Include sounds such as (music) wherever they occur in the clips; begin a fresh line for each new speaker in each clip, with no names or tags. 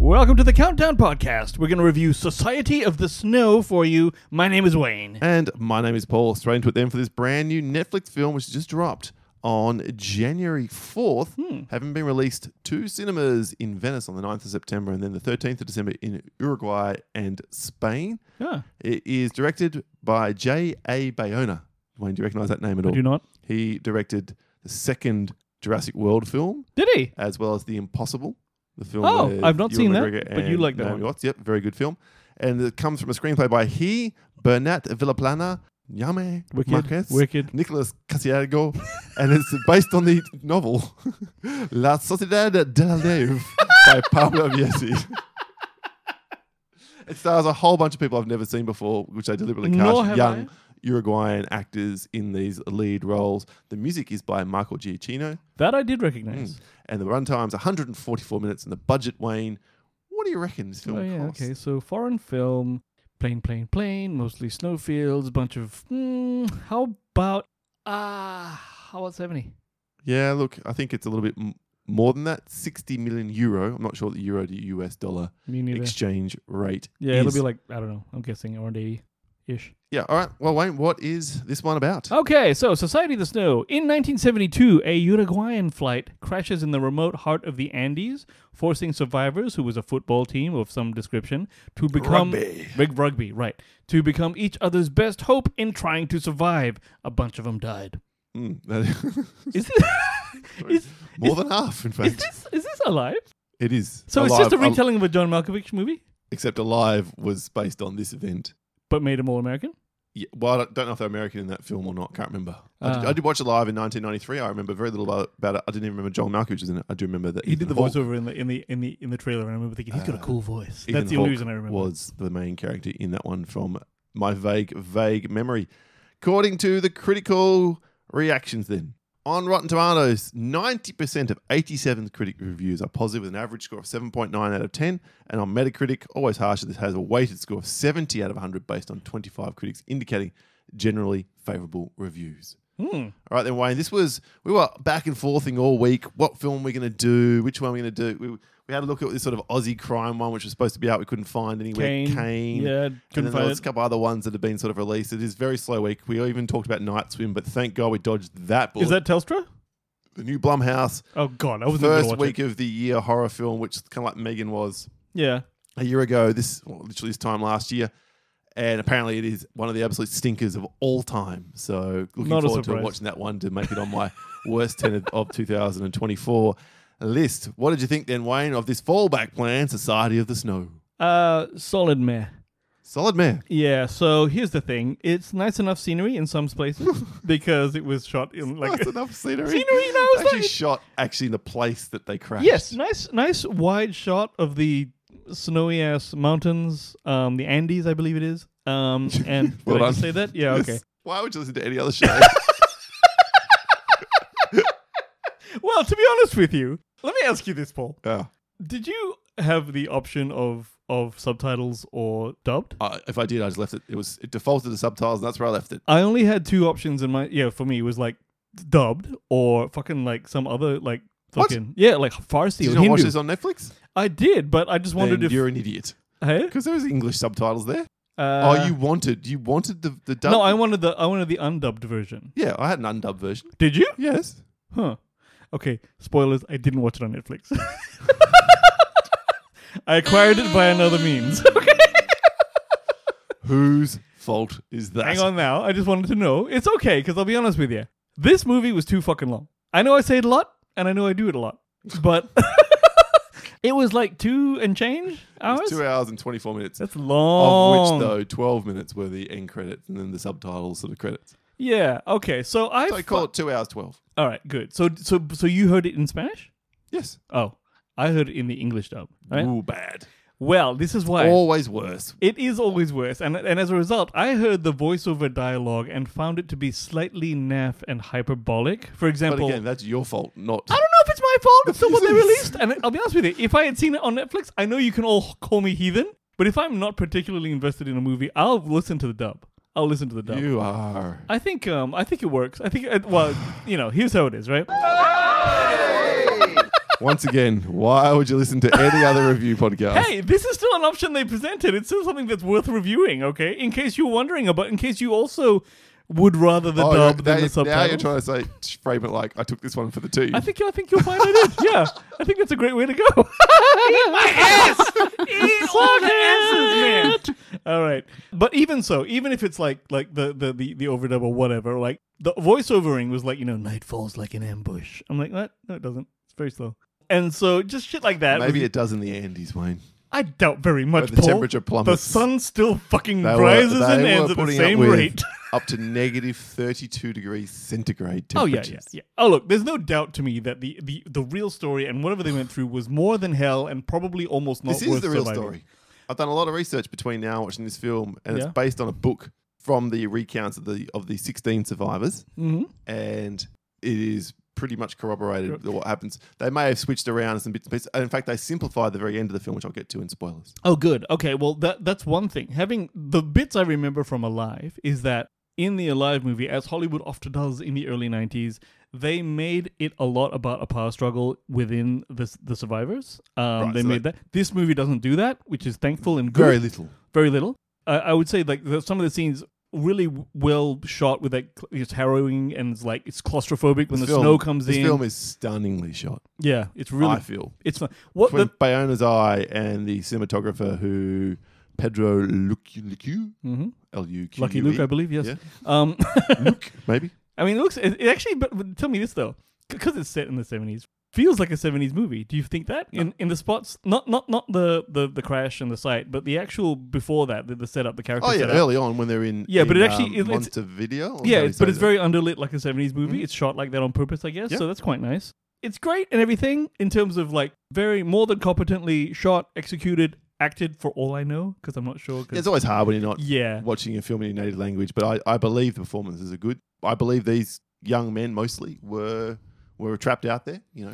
Welcome to the Countdown Podcast. We're going to review Society of the Snow for you. My name is Wayne.
And my name is Paul. Straight into it then for this brand new Netflix film, which just dropped on January 4th,
Hmm.
having been released to cinemas in Venice on the 9th of September and then the 13th of December in Uruguay and Spain.
Yeah.
It is directed by J.A. Bayona. Wayne, do you recognize that name at all?
Do not.
He directed the second Jurassic World film,
Did he?
as well as The Impossible, the film.
Oh,
with
I've not
Ewan
seen that,
McGregor
but you
and
like that
Naomi
one.
Watts. Yep, very good film. And it comes from a screenplay by he, Bernat Villaplana, Yame
Wicked.
Marquez,
Wicked.
Nicholas Casiago, and it's based on the novel (laughs) La Sociedad de la Neve by
(laughs)
Pablo Viesi. It stars a whole bunch of people I've never seen before, which I deliberately cast
Nor have
young
I.
Uruguayan actors in these lead roles. The music is by Michael Giacchino.
That I did recognize.
And the runtime's 144 minutes, and the budget, Wayne. What do you reckon this film
oh, yeah.
cost?
Okay. So, foreign film, plain, plain, plain, mostly snowfields, bunch of. Mm, how about. Ah, how about 70?
Yeah, look, I think it's a little bit m- more than that. 60 million euro. I'm not sure what the euro to US dollar
Me neither.
exchange rate.
yeah, it'll
is.
be like, I don't know. I'm guessing around 80 ish.
Yeah, all right. Well, Wayne, what is this one about?
Okay, so Society of the Snow. In 1972, a Uruguayan flight crashes in the remote heart of the Andes, forcing survivors, who was a football team of some description, to become
Rugby.
Big rugby, right? To become each other's best hope in trying to survive. A bunch of them (laughs) died.
Mm, that-
Is this, (laughs) is,
(laughs) more than half, in
is
fact.
this is this alive?
It is.
So it's just a
Alive, Al-
retelling of um, a John Malkovich movie,
except Alive was based on this event.
but made him all American.
Yeah, well, I don't know if they're American in that film or not. Can't remember. I, did,
Ah.
I did watch Alive in 1993. I remember very little about, about it. I didn't even remember Joel Malkovich was in it. I do remember that
He did the
Ethan Hawke
voiceover in the in the in the in the trailer, and I remember thinking he's got a
Uh,
cool voice.
Ethan
That's the only
Hawke
reason I remember.
was the main character in that one from my vague, vague memory. According to the critical reactions, then on Rotten Tomatoes, 90% of 87 critic reviews are positive with an average score of 7.9 out of 10. And on Metacritic, always harsher, this has a weighted score of 70 out of 100 based on 25 critics, indicating generally favorable reviews.
Hmm.
All right, then, Wayne. This was we were back and forthing all week. What film we're going to do? Which one we're going to do? We, we had a look at this sort of Aussie crime one, which was supposed to be out. We couldn't find anywhere.
Kane. Yeah,
And
couldn't
then there
find
was
it.
a couple other ones that have been sort of released. It is very slow week. We even talked about Night Swim, but thank God we dodged that bullet.
Is that Telstra?
the new Blumhouse
Oh God, I wasn't gonna
first
watch
week
It.
of the year horror film, which kind of like Megan was
Yeah,
a year ago. This well, literally this time last year, and apparently it is one of the absolute stinkers of all time. So looking
Not a
forward to
surprise.
watching that one to make it on my (laughs) worst ten of, of 2024 list. What did you think then, Wayne, of this fallback plan, Society of the Snow?
uh, solid meh.
Solid man.
Yeah. So here's the thing: it's nice enough scenery in some
(laughs)
places because it was shot in like
That's enough scenery.
Scenery, and I was
It's actually
like-
shot actually in the place that they crashed.
yes, nice, nice wide shot of the snowy ass mountains, um, the Andes, I believe it is.
(laughs)
Um, and did
Well
I
done.
just say that? Yeah.
(laughs) Yes.
Okay.
Why would you listen to any other
(laughs)
show?
Well, to be honest with you, let me ask you this, Paul:
Yeah.
Did you have the option of of subtitles or dubbed?
Uh, if I did, I just left it. It was it defaulted to subtitles, and that's where I left it.
I only had two options in my yeah for me it was like dubbed or fucking like some other like
What?
fucking yeah like Farsi
Did you
or
not
Hindu.
watch this on Netflix?
I did, but I just wondered
Then
if
you're an idiot
hey
because there was English subtitles there.
uh,
oh, you wanted you wanted the the dub?
no I wanted the I wanted the undubbed version.
yeah, I had an undubbed version.
Did you?
Yes,
Huh. Okay. Spoilers. I didn't watch it on Netflix. (laughs) I acquired it by another means. Okay.
whose fault is that?
Hang on now. I just wanted to know. It's okay because I'll be honest with you. This movie was too fucking long. I know I say it a lot, and I know I do it a lot, but (laughs) it was like two and change
It
hours.
was two hours and twenty four minutes.
That's
of
long.
which though twelve minutes were the end credits and then the subtitles sort of credits.
Yeah. Okay. So I.
So I
fu-
call it two hours twelve.
All right. Good. So so so you heard it in Spanish?
Yes,
Oh, I heard it in the English dub. Right.
ooh, Oh. bad.
Well, this is why.
Always worse.
It is always worse, and and as a result, I heard the voiceover dialogue and found it to be slightly naff and hyperbolic. For
But
example,
again, that's your fault, not.
I don't know if it's my fault.
(laughs)
It's still what they
Yes.
released, and I'll be honest with you. If I had seen it on Netflix, I know you can all call me heathen, but if I'm not particularly invested in a movie, I'll listen to the dub. I'll listen to the dub.
You are.
I think uh, um I think it works. I think it, well, you know, here's how it is, right?
Once again, why would you listen to any other review podcast?
Hey, this is still an option they presented. It's still something that's worth reviewing, okay? In case you're wondering about, in case you also would rather the
Oh,
dub
now,
than
now
the subtitle.
you're trying to say frame it like I took this one for the team.
I think I think you'll find I did. Yeah, I think that's a great way to go. Eat my ass. (laughs) Eat all the asses, man. All right, but even so, even if it's like like the the the, the overdub or whatever, like the voiceovering was like you know night falls like an ambush. I'm like what? No, it doesn't. It's very slow. And so just shit like that.
Maybe
was-
it does in the Andes, Wayne.
I doubt very much.
the
Paul.
temperature plummets.
The sun still fucking
They were-
rises and
they
ends
were
at the
putting up
same
with
rate.
up to negative 32 degrees centigrade
Oh yeah,
temperatures.
yeah, yeah. Oh look, there's no doubt to me that the the, the real story and whatever they went through was more than hell and probably almost not
This is
worth
the real
surviving.
story. I've done a lot of research between now and watching this film, and
Yeah.
it's based on a book from the recounts of the of the 16 survivors,
Mm-hmm.
and it is pretty much corroborated that what happens. They may have switched around some bits and pieces. And in fact, they simplify the very end of the film, which I'll get to in spoilers.
Oh, good. Okay, well that that's one thing. Having the bits I remember from Alive is that in the Alive movie, as Hollywood often does in the early '90s, they made it a lot about a power struggle within the the survivors. Um, they
so
made that. This movie doesn't do that, which is thankful and good.
Very little.
very little. I I would say like the, some of the scenes really w- well shot with that cl- it's harrowing and it's like it's claustrophobic when
This
the
film-
snow comes
this
in.
film is stunningly shot.
yeah, it's really
I feel
it's not what
between
the
Bayona's eye and the cinematographer who Pedro Lucu, Lucu?
Mhm.
L-U-Q-U-E?
Lucky Luke, I believe, yes.
Yeah.
Um, (laughs)
Luke, maybe.
I mean, it looks it, it actually. But, but tell me this though, because it's set in the seventies, feels like a seventies movie. Do you think that in in the spots, not not not the the, the crash and the site, but the actual before that, the, the setup, the character
Oh yeah,
setup.
early on when they're in
Yeah, but
in,
it actually-
um,
it- it's-
Montevideo. or
Yeah,
how do you
it's, but
say
it's
that?
very underlit like a 70s movie. It's shot like that on purpose, I guess.
Mm-hmm. Yeah.
So that's quite nice. It's great and everything in terms of like very more than competently shot, executed, acted for all I know because I'm not sure. 'cause-
It's always hard when you're not
yeah.
watching a film in your native language, but I, I believe the performances are good. I believe these young men mostly were were trapped out there. You know,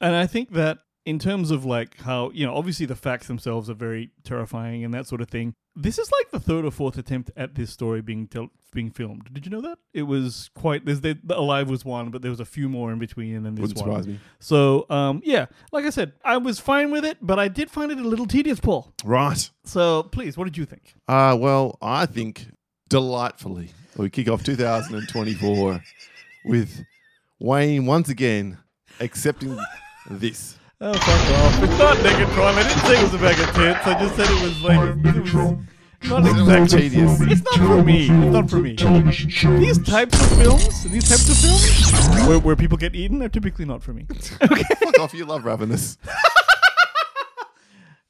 And I think that in terms of like how, you know, obviously the facts themselves are very terrifying and that sort of thing. This is like the third or fourth attempt at this story being tel- being filmed. Did you know that? It was quite there's the, the Alive was one, but there was a few more in between and then this
wouldn't
one.
surprise me.
So, um, yeah, like I said, I was fine with it, but I did find it a little tedious, Paul.
Right.
So, please, what did you think?
Uh, well, I think delightfully we kick
(laughs)
off 2024 with Wayne once again accepting
(laughs)
this.
Oh, fuck off. It's not Negatron. I didn't say it was a bag of tits. I just said it was like. It was not exactly. (laughs)
Tedious.
It's not for me. It's not for me. These types of films, these types of films where, where people get eaten are typically not for me.
Fuck off, you love ravenous.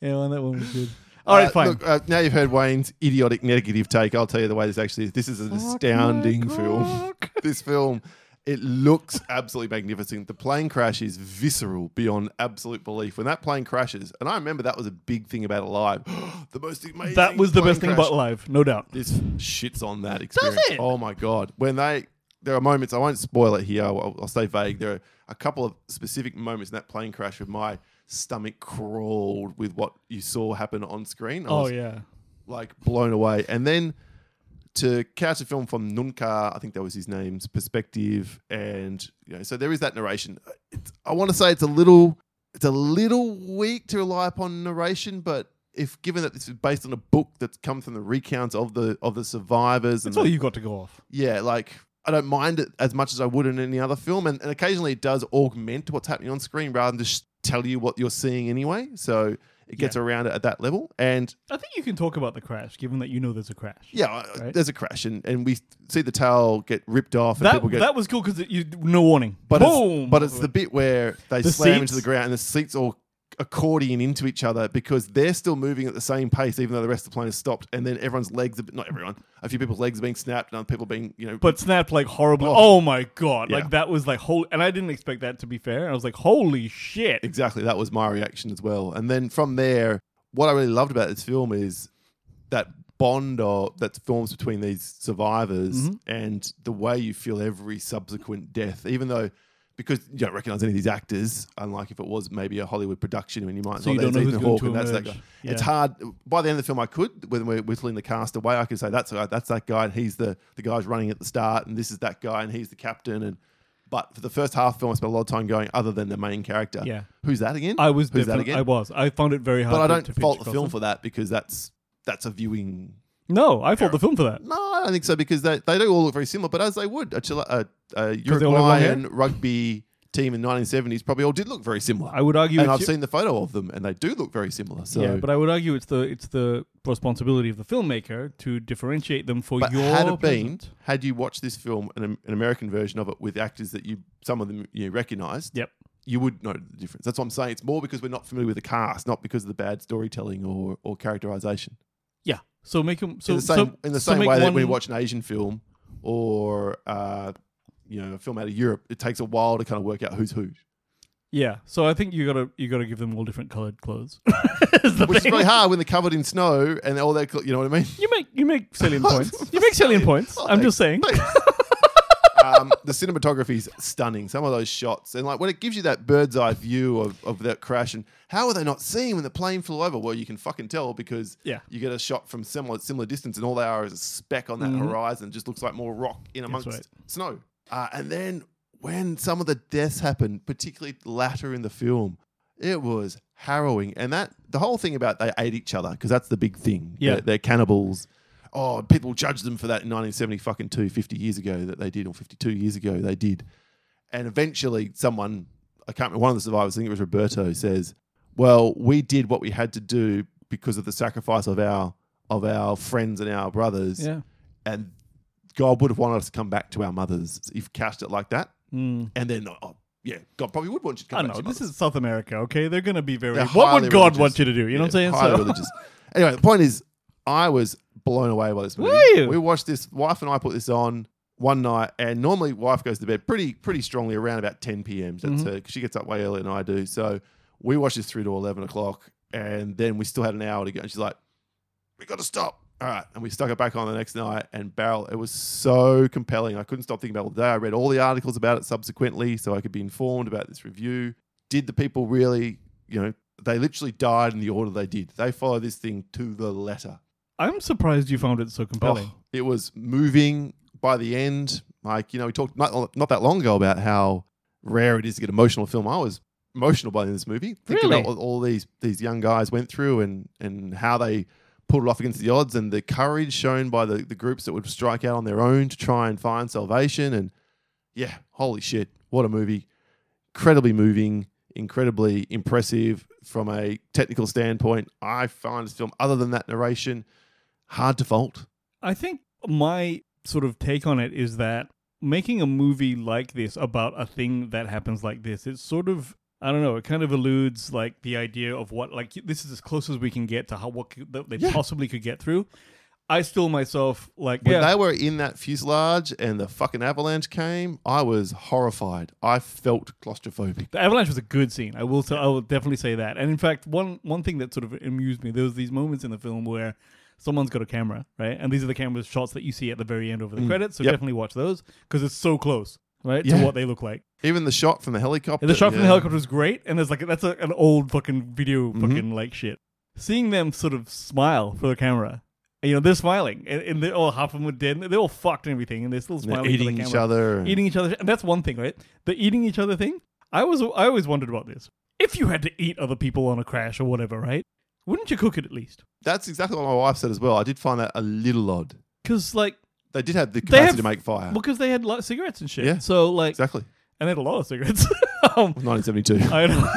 Yeah, well, that one was good. All right,
Uh,
fine.
Look, uh, now you've heard Wayne's idiotic negative take. I'll tell you the way this actually is. This is an astounding film.
cock.
(laughs) this film, it looks absolutely magnificent. The plane crash is visceral beyond absolute belief. When that plane crashes, and I remember that was a big thing about Alive. (gasps) the most amazing.
that was the
plane
best thing
crash.
about live, no doubt.
This shits on that experience.
it?
Oh my god! When they there are moments I won't spoil it here. I'll, I'll stay vague. There are a couple of specific moments in that plane crash where my stomach crawled with what you saw happen on screen. I
Oh,
was
yeah.
like blown away. And then to catch a film from Nunca, I think that was his name's perspective, and you know, so there is that narration. It's, I want to say it's a little, it's a little weak to rely upon narration, but if given that this is based on a book that's come from the recounts of the of the survivors, and
That's all
the-
you got to go off.
yeah, like I don't mind it as much as I would in any other film, and, and occasionally it does augment what's happening on screen rather than just tell you what you're seeing anyway. So it gets around it at that level, and
I think you can talk about the crash, given that you know there's a crash.
yeah, uh,
Right?
there's a crash, and, and we see the tail get ripped off, and
That,
people get.
that was cool because you no warning.
but
Boom.
it's, but it's the bit where they
The
slam
seats?
into the ground, and the seats all accordion into each other because they're still moving at the same pace, even though the rest of the plane has stopped. And then everyone's legs, are, not everyone, a few people's legs are being snapped, and other people being, you know,
but snapped like horribly. Oh,
Oh.
my god!
Yeah.
Like that was like holy, and I didn't expect that to be fair. I was like, holy shit!
exactly that was my reaction as well. And then from there, what I really loved about this film is that bond or that forms between these survivors
Mm-hmm.
and the way you feel every subsequent death, even though because you don't recognize any of these actors, unlike if it was maybe a Hollywood production, and you might
So
oh,
you don't
there's
know who's
Ethan
going
Hawke
to
and that's that
emerge.
guy. It's
Yeah.
hard. By the end of the film, I could when we're whittling the cast away, I could say that's that's that guy, and he's the the guy's running at the start, and this is that guy, and he's the captain, and But for the first half film, I spent a lot of time going other than the main character.
Yeah.
Who's that again?
I was
Who's that
definitely-
again?
I was. I found it very hard.
but I
to-
don't
to
fault
picture
the film
Crossan.
for that because that's that's a viewing.
No, I fault the film for that.
No, I don't think so because they, they do all look very similar. But as they would, a, Chile, a, a
they all have long hair?
Uruguayan rugby team in 1970s probably all did look very similar.
I would argue.
and
it's
I've seen the photo of them, and they do look very similar. So,
yeah, but I would argue it's the it's the responsibility of the filmmaker to differentiate them for
But
your.
had it been,
pleasant.
had you watched this film, an, an American version of it with actors that you, some of them you recognised,
Yep.
you would know the difference. That's what I'm saying. It's more because we're not familiar with the cast, not because of the bad storytelling or or characterisation.
Yeah. So make them so
in the same
so-
in the
so
same
make
way that when you
one-
watch an Asian film or uh, you know a film out of Europe, it takes a while to kind of work out
(laughs)
who's who,
Yeah. So I think you gotta you gotta give them all different coloured clothes. (laughs) Is the
which is
thing.
really hard when they're covered in snow and all that. You know what I mean?
You make you make salient points. You make salient points.
Oh,
I'm just saying.
thanks, thanks. um, the cinematography is stunning. Some of those shots, and like when it gives you that bird's eye view of, of that crash, and how are they not seeing when the plane flew over? Well, you can fucking tell because
Yeah.
you get a shot from similar similar distance, and all they are is a speck on that horizon. It just looks like more rock in amongst
Mm-hmm. right.
snow. Uh, and then when some of the deaths happen, particularly latter in the film, it was harrowing. And that the whole thing about they ate each other because that's the big thing.
Yeah.
they're, they're cannibals. Oh, people judged them for that in 1970 fucking two, 50 years ago that they did, or 52 years ago they did. And eventually, someone, I can't remember, one of the survivors, I think it was Roberto, says, "Well, we did what we had to do because of the sacrifice of our of our friends and our brothers,
Yeah.
and God would have wanted us to come back to our mothers if you cast it like that."
Mm.
And then, oh, yeah, God probably would want you to come
I
back.
know.
to your
This
mothers.
is South America, okay? They're gonna be very
They're
What
highly
would God
religious.
want you to do? You know what
Yeah,
I'm saying?
Highly
So-
religious. Anyway, the point is, I was blown away by this movie.
Were you?
We watched this. Wife and I put this on one night, and normally wife goes to bed pretty pretty strongly around about 10 p.m. That's her. She gets up way earlier than I do. So we watched this through to 11 o'clock, and then we still had an hour to go. And she's like, "We got to stop." All right, and we stuck it back on the next night, and barrel. It was so compelling. I couldn't stop thinking about it all day. I read all the articles about it subsequently, so I could be informed about this review. Did the people really, you know, they literally died in the order they did. They follow this thing to the letter.
I'm surprised you found it so compelling.
Oh, it was moving by the end. Like, you know, we talked not, not that long ago about how rare it is to get emotional film. I was emotional by the end of this movie. Thinking
Really?
about what all these these young guys went through and and how they pulled it off against the odds and the courage shown by the, the groups that would strike out on their own to try and find salvation and yeah, holy shit, what a movie. Incredibly moving, incredibly impressive from a technical standpoint. I find this film, other than that narration, hard to fault.
I think my sort of take on it is that making a movie like this about a thing that happens like this, it's sort of I don't know. It kind of eludes like the idea of what like this is as close as we can get to how what c- that they
Yeah.
possibly could get through. I still myself like
When
yeah,
they were in that fuselage and the fucking avalanche came, I was horrified. I felt claustrophobic.
The avalanche was a good scene. I will. T- I will definitely say that. And in fact, one one thing that sort of amused me, there was these moments in the film where someone's got a camera, right? And these are the cameras shots that you see at the very end over the credits. So
Mm. Yep.
definitely watch those because it's so close, right,
Yeah.
to what they look like.
Even the shot from the helicopter.
And the shot from the
yeah. Mm-hmm.
helicopter was great. And there's like that's a, an old fucking video, fucking like shit. Seeing them sort of smile for the camera. and, You know they're smiling, and, and they're all half of them are dead. and They're all fucked and everything, and they're still
And they're
smiling. for the
eating
camera
each other. and-
eating each other, and that's one thing, right? The eating each other thing. I was I always wondered about this. If you had to eat other people on a crash or whatever, right? Wouldn't you cook it at least?
That's exactly what my wife said as well. I did find that a little odd.
Because like,
They did have the capacity
have-
to make fire.
because they had like cigarettes and shit.
Yeah.
So like,
exactly.
and they had a lot of cigarettes. (laughs) um,
(laughs) 1972.
I don't. (laughs)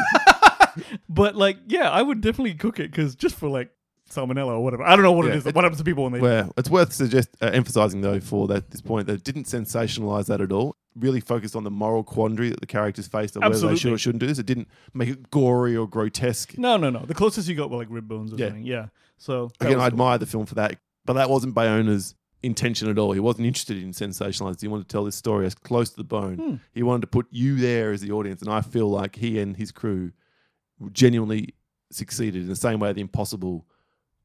but like, yeah, I would definitely cook it because just for like salmonella or whatever. I don't know what
Yeah,
it is.
it-
What happens to people when they?
Well, it's worth suggest uh, emphasizing though for that this point that it didn't sensationalize that at all. Really focused on the moral quandary that the characters faced, of whether they
Absolutely.
should or shouldn't do this. It didn't make it gory or grotesque.
no, no, no. The closest you got were like rib bones or
Yeah.
something. Yeah. So that
Again,
was
I
cool.
admire the film for that, but that wasn't Bayona's intention at all. He wasn't interested in sensationalizing. He wanted to tell this story as close to the bone.
Hmm.
He wanted to put you there as the audience, and I feel like he and his crew genuinely succeeded in the same way the impossible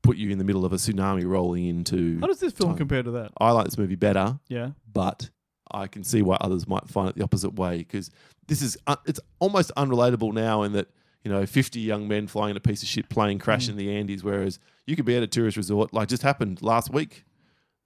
put you in the middle of a tsunami rolling into.
How does this film
Time.
compare to that?
I like this movie better
Yeah.
but I can see why others might find it the opposite way because this is un- it's almost unrelatable now in that you know 50 young men flying in a piece of shit plane crash in the Andes whereas you could be at a tourist resort like just happened last week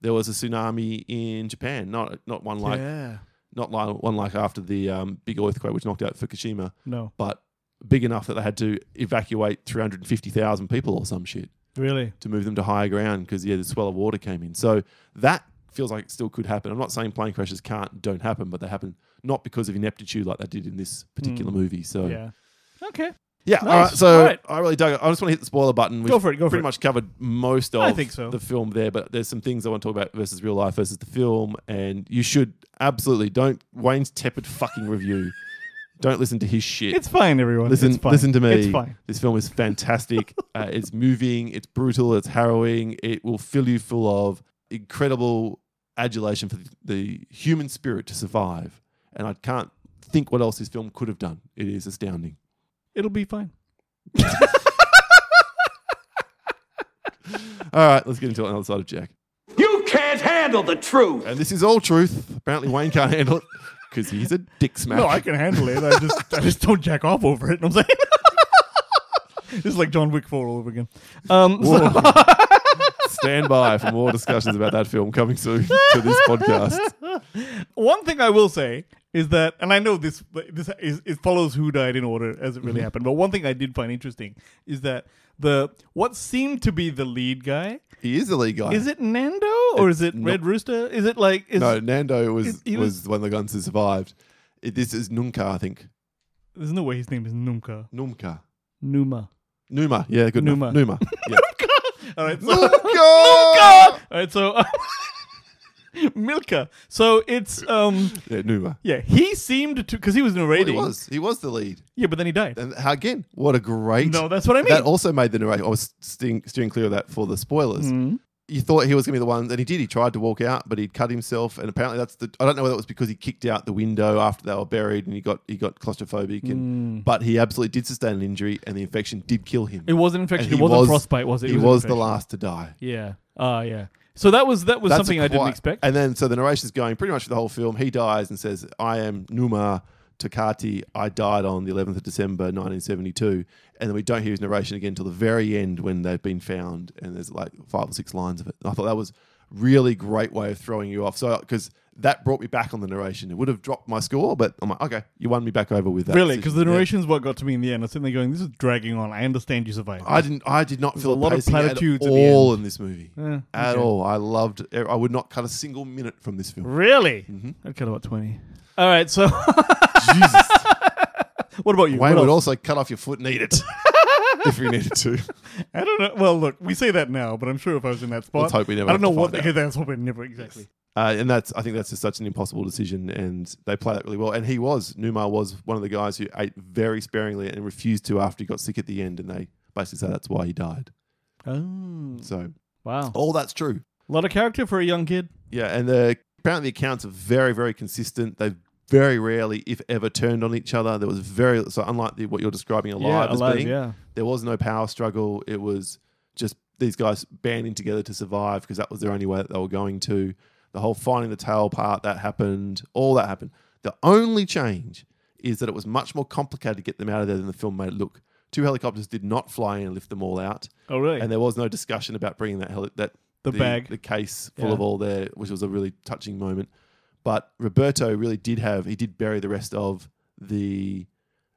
there was a tsunami in Japan not not one like
yeah.
Not like one like after the um, big earthquake which knocked out Fukushima,
No,
but big enough that they had to evacuate 350,000 people or some shit
really.
to move them to higher ground because yeah, the swell of water came in. So that feels like it still could happen. I'm not saying plane crashes can't don't happen, but they happen not because of ineptitude like they did in this particular movie. So yeah,
Mm. Yeah. Okay. Nice.
all right. So
All right.
I really dug it. I just want to hit the spoiler button. We've
Go for it, go for
pretty
it.
much covered most of
I think so.
the film there, but there's some things I want to talk about versus real life versus the film, and you should absolutely don't Wayne's tepid fucking review. Don't listen to his shit.
It's fine, everyone.
Listen,
it's fine.
listen to me.
It's fine.
This film is
(laughs)
fantastic. uh, it's moving. It's brutal. It's harrowing. It will fill you full of incredible adulation for the, the human spirit to survive. And I can't think what else this film could have done. It is astounding.
It'll be fine.
All right, let's get into another side of Jack.
You can't handle the truth.
And this is all truth. Apparently, Wayne can't handle it because he's a dick smack.
No, I can handle it. I just I just don't jack off over it. (laughs) You know what I'm saying. (laughs) It's like John Wick 4 all over again. Um, so-
(laughs) Whoa. Stand by for more discussions about that film coming soon
(laughs)
to this podcast.
one thing I will say is that, and I know this this is it follows who died in order as it
Mm-hmm.
really happened. But one thing I did find interesting is that the what seemed to be the lead guy
He is the lead guy.
is it Nando or is it
no-
Red Rooster? Is it like is,
No, Nando was
it- he
was,
was-
one of the guns who survived. It, this is Nunca, I think.
there's no way his name is Numka
Numka. (laughs)
Numa.
Numa. Yeah, good Numa.
Numa. (laughs)
Numa. Yeah.
All right, so,
Nunca.
all right, so (laughs) Milka. So it's um
Yeah, Numa.
yeah he seemed to because he was
Well, he
narrating
was. He was the lead.
yeah but then he died.
And how- again, what a great.
No, that's what I mean.
That also made the narration. I was steering, steering clear of that for the spoilers.
Mm.
You thought he was going to be the one, and he did. He tried to walk out, but he'd cut himself. And apparently, that's the. I don't know whether it was because he kicked out the window after they were buried, and he got he got claustrophobic.
Mm.
And but he absolutely did sustain an injury, and the infection did kill him.
it wasn't
And
infection.
he
It wasn't frostbite, was it? It
He
was
was the
infection.
last to die.
Yeah. Ah, yeah. So that was that was
That's
something
a
I didn't
quite-
expect.
And then, so the narration's going pretty much for the whole film. He dies and says, I am Numa Takati. I died on the 11th of December, 1972. And then we don't hear his narration again until the very end when they've been found. And there's like five or six lines of it. And I thought that was really great way of throwing you off. So, because that brought me back on the narration. It would have dropped my score, but I'm like, okay, you won me back over with that.
really, because the
decision. Yeah.
narration's what got to me in the end. I was sitting there going, "This is dragging on." I understand you survived.
I didn't. I did not feel
a lot of
pacing
platitudes
at
at the
all in this movie
Yeah,
at
okay.
all. I loved. I would not cut a single minute from this film.
really? I'd cut about twenty. All right. So, (laughs)
Jesus.
what about you?
Wayne
What
would
else?
also cut off your foot and
(laughs)
eat it if you needed to.
I don't know. Well, look, we say that now, but I'm sure if I was in that spot,
Let's hope we never
I don't
have
know
to
what.
find
Okay, (laughs) that's what we never exactly.
Uh, and that's I think that's just such an impossible decision, and they play that really well. And he was Numa was one of the guys who ate very sparingly and refused to after he got sick at the end, and they basically say that's why he died.
Oh,
So
wow!
all that's true.
A lot of character for a young kid.
Yeah, and the apparently the accounts are very very consistent. They very rarely, if ever, turned on each other. There was very so unlike the, what you're describing alive
yeah,
as
alive.
being.
Yeah.
There was no power struggle. It was just these guys banding together to survive because that was their only way that they were going to. The whole finding the tail part that happened, all that happened. The only change is that it was much more complicated to get them out of there than the film made it look. Two helicopters did not fly in and lift them all out,
Oh, really?
and there was no discussion about bringing that heli- that
The bag.
the case full
Yeah.
of all their, which was a really touching moment. But Roberto really did have he did bury the rest of the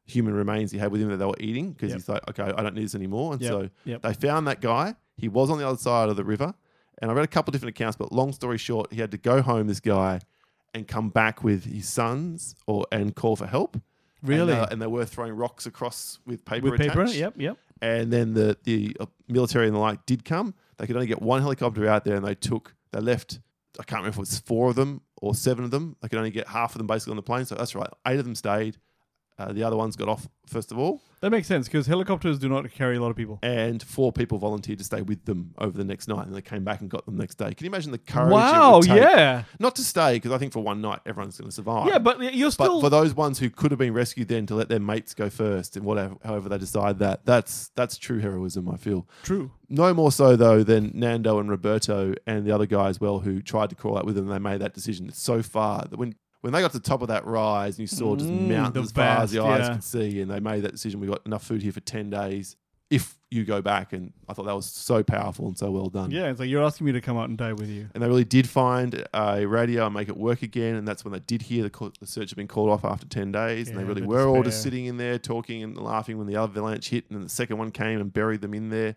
human remains he had with him that they were eating because
Yep.
he's like, okay, I don't need this anymore. And
Yep,
so
yep.
they found that guy. He was on the other side of the river, and I read a couple of different accounts. But long story short, he had to go home. This guy. And come back with his sons, or and call for help. And,
really?
uh, And, they were throwing rocks across with paper.
With paper?
attached
Yep. Yep.
and then the the uh, military and the like did come. They could only get one helicopter out there, and they took they left. I can't remember if it was four of them or seven of them. They could only get half of them basically on the plane. So that's right, eight of them stayed. Uh, the other ones got off first of all,
That makes sense because helicopters do not carry a lot of people.
and four people volunteered to stay with them over the next night, and they came back and got them the next day. Can you imagine the courage? it
Wow.
would take-
Yeah.
Not to stay because I think for one night everyone's going to survive.
Yeah, but you're
But
still
for those ones who could have been rescued, then to let their mates go first, and whatever, however they decide that, that's that's true heroism. I feel.
true.
No more so though than Nando and Roberto and the other guy as well who tried to crawl out with them. They made that decision. It's so far that when when they got to the top of that rise and you saw just
Mm,
mountains
the
as far
vast,
as the eyes
yeah.
could see, and they made that decision. We got enough food here for ten days. if you go back and I thought that was so powerful and so well done.
Yeah, it's like you're asking me to come out and die with you.
And they really did find a radio and make it work again. And that's when they did hear the, call, the search had been called off after 10 days. and they
Yeah,
really
the
were all just
despair.
sitting in there talking and laughing when the avalanche hit. And then the second one came and buried them in there.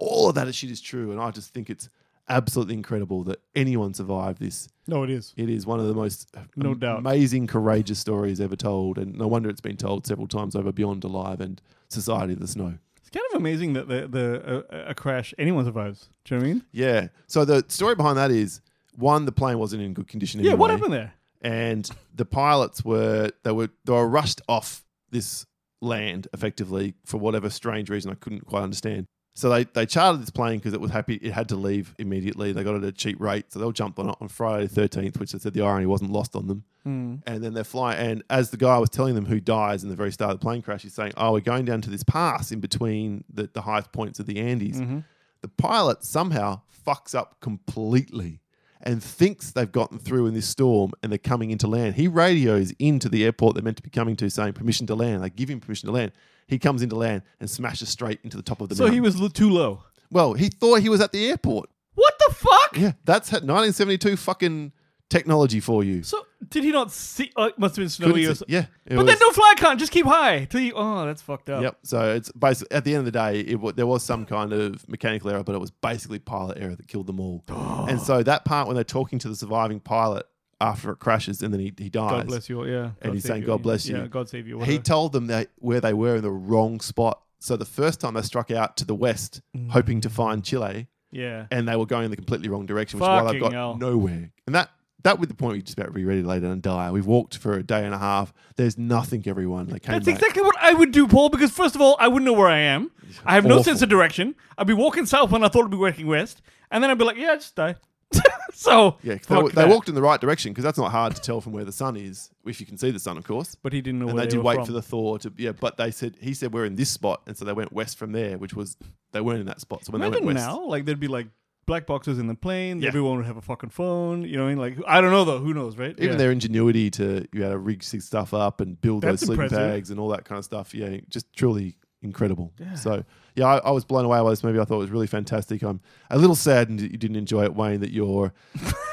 All of that shit is true. And I just think it's absolutely incredible that anyone survived this.
No, it is.
It is one of the most
No
am-
doubt.
amazing, courageous stories ever told. And no wonder it's been told several times over Beyond Alive and Society of the Snow.
It's kind of amazing that the the uh, a crash anyone survives. Do you know what I mean?
Yeah. So the story behind that is one, the plane wasn't in good condition.
Yeah. What
anyway.
happened there?
and the pilots were they were they were rushed off this land effectively for whatever strange reason I couldn't quite understand. So they they chartered this plane because it was happy it had to leave immediately. They got it at a cheap rate, so they'll jump on it on Friday the thirteenth, which they said the irony wasn't lost on them.
Hmm.
And then they're flying, and as the guy was telling them who dies in the very start of the plane crash, he's saying, "Oh, we're going down to this pass in between the, the highest points of the Andes."
Mm-hmm.
The pilot somehow fucks up completely and thinks they've gotten through in this storm and they're coming into land. He radios into the airport they're meant to be coming to, saying permission to land. They give him permission to land. He comes into land and smashes straight into the top of the
So
mountain.
he was l- too low.
well, he thought he was at the airport.
What the fuck?
Yeah, that's had 1972 fucking technology for you.
So did he not see? Oh, it must have been
Couldn't
snowy. Or
see-
so-
yeah, it
But
was-
then no fly can't just keep high till you. Oh, that's fucked up.
Yep. So it's basically at the end of the day, it, wa- there was some kind of mechanical error, but it was basically pilot error that killed
(gasps)
them all. and so that part when they're talking to the surviving pilot after it crashes and then he, he dies.
God bless you. all, Yeah.
And he's
save
saying, "God bless you."
Yeah. God save you.
He
whatever.
told them that where they were in the wrong spot. So the first time they struck out to the west,
Mm.
hoping to find Chile,
yeah.
and they were going in the completely wrong direction, which is why they've
Fucking
got
hell.
nowhere. And that that with the point we just about reread it later and die. We've walked for a day and a half. There's nothing, everyone. They came
That's
back.
exactly what I would do, Paul, because first of all, I wouldn't know where I am. I have no
Awful.
sense of direction. I'd be walking south when I thought I'd be walking west, and then I'd be like, yeah, I just die. (laughs) so,
Yeah, 'cause
fuck
they, they
that.
walked in the right direction because that's not hard to tell from where the sun is, if you can see the sun, of course.
But he didn't know
and
where
they
they
did
were
wait
from.
for the thaw to yeah. But they said he said we're in this spot, and so they went west from there, which was they weren't in that spot. So when they
Imagine
went west,
now, like, there'd be like black boxes in the plane,
Yeah.
everyone would have a fucking phone, you know what I mean? Like, I don't know though, who knows, right?
even
Yeah.
their ingenuity to you had to rig s- stuff up and build
That's
those sleeping
impressive.
bags and all that kind of stuff. Yeah, just truly incredible. So yeah, I, I was blown away by this movie. I thought it was really fantastic. I'm a little saddened that you didn't enjoy it, Wayne.
(laughs)
That your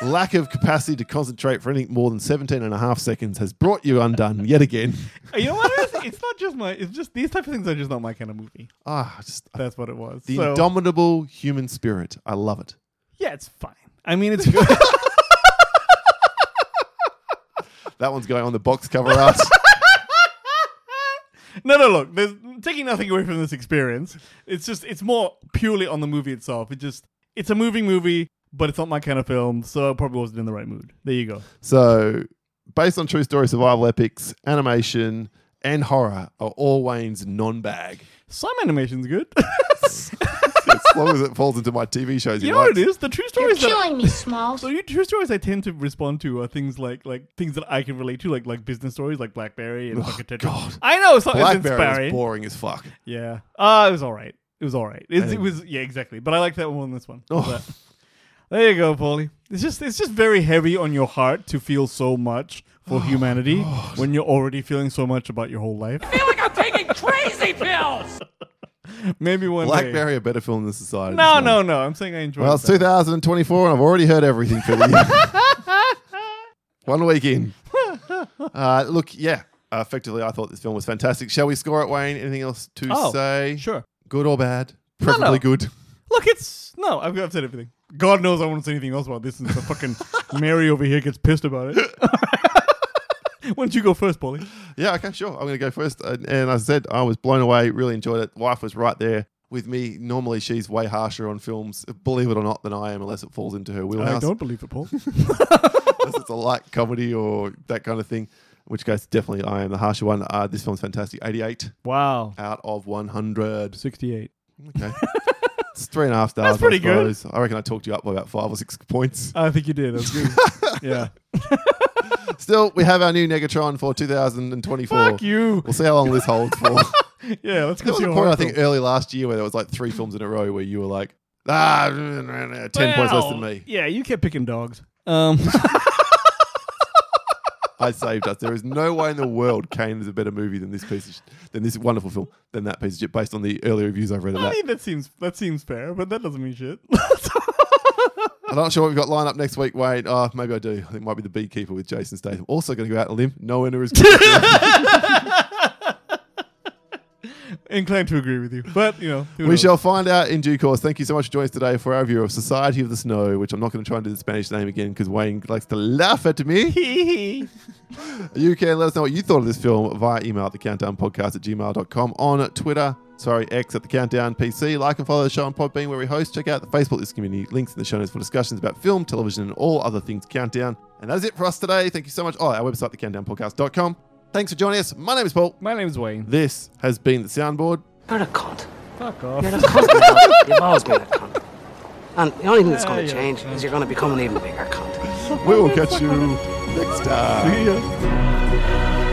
lack of capacity to concentrate for anything more than 17 and a half seconds has brought you undone yet again.
Uh, You know what it is? It's not just my, it's just these type of things are just not my kind of movie.
Ah, just
That's what it was.
the
so,
indomitable human spirit. I love it.
yeah, it's fine. I mean,
(laughs)
it's good.
That one's going on the box
(laughs)
cover art.
No, no, look. There's taking nothing away from this experience. It's just it's more purely on the movie itself. It just it's a moving movie, but it's not my kind of film, so I probably wasn't in the right mood. There you go.
so, based on true story survival epics, animation, and horror are all Wayne's non bag.
Some animation's good.
(laughs)
(laughs)
as long as it falls into my TV shows, he
you know what it
likes.
is? The true stories that
Killing me, Smalls.
So you, true stories I tend to respond to are things like like things that I can relate to, like like business stories, like BlackBerry and fucking Tetris.
God.
I know it's not as
Blackberry is
inspiring.
boring as fuck.
Yeah. Uh, it was all right. It was all right. It,
Hey.
it was yeah, exactly. But I like that one more than this one.
(laughs) Oh.
But there you go, Paulie. It's just it's just very heavy on your heart to feel so much
Oh,
for humanity when you're already feeling so much about your whole life.
I feel like I'm taking crazy pills!
(laughs) Maybe one day.
Blackberry, a better film than Society.
No,
This
no,
one.
no. I'm saying I enjoy.
Well,
it
it's
better.
2024, and I've already heard everything for the year.
(laughs)
One week in. Uh, look, yeah. Uh, effectively, I thought this film was fantastic. Shall we score it, Wayne? Anything else to
Oh,
say?
Sure.
Good or bad? Preferably good.
Look, it's no. I've, I've said everything. God knows I won't say anything else about this. And so
(laughs)
fucking Mary over here gets pissed about it. (laughs) Why don't you go first, Paulie?
Yeah, okay, sure. I'm going to go first. And, and as I said, I was blown away, really enjoyed it. Wife was right there with me. Normally, she's way harsher on films, believe it or not, than I am, unless it falls into her
I
wheelhouse.
don't believe it,
(laughs)
Paul.
Unless it's a light comedy or that kind of thing, in which case, definitely I am the harsher one. Uh, this film's fantastic. 88
wow.
out of 100.
Sixty-eight. (laughs)
Okay. it's three and a half stars. I
pretty good.
suppose. I reckon I talked you up by about five or six
(laughs)
points.
I think you did. That's
(laughs)
good. yeah.
Still, we have our new Negatron for 2024.
Fuck you.
We'll see how long this
(laughs)
holds for.
Yeah, let's go
There was
see
a
a
point,
horror
I think,
film.
early last year where there was like three films in a row where you were like, ah, (laughs) 10 points less
Well,
than me.
Yeah, you kept picking dogs. Um,
I I saved us. There is no way in the world Kane is a better movie than this piece of sh- than this wonderful film than that piece of shit based on the earlier reviews I've read of
I
that.
mean, that seems that seems fair, but that doesn't mean shit. (laughs)
I'm not sure what we've got lined up next week. Wait, oh, maybe I do. I think it might be the Beekeeper with Jason Statham. Also going to go out on a limb. No
(laughs)
winner is
Inclined to agree with you, but you know who
We
knows?
shall find out in due course. Thank you so much for joining us today for our review of Society of the Snow, which I'm not going to try and do the Spanish name again because Wayne likes to laugh at me. (laughs) you can let us know what you thought of this film via email at the countdown podcast at gmail.com on Twitter. Sorry, X at the Countdown PC. Like and follow the show on Podbean where we host. Check out the Facebook list community. Links in the show notes for discussions about film, television, and all other things Countdown. And that is it for us today. Thank you so much. Oh, our website, thecountdownpodcast.com. Thanks for joining us. My name is Paul.
My name's Wayne.
This has been the soundboard.
You're a cunt.
Fuck off.
You're a
(laughs)
cunt. Mel. You've always been a cunt. And the only thing that's
Yeah,
going
you're
to
a
change is you're going to become an even bigger cunt.
We will catch you next time.
See ya.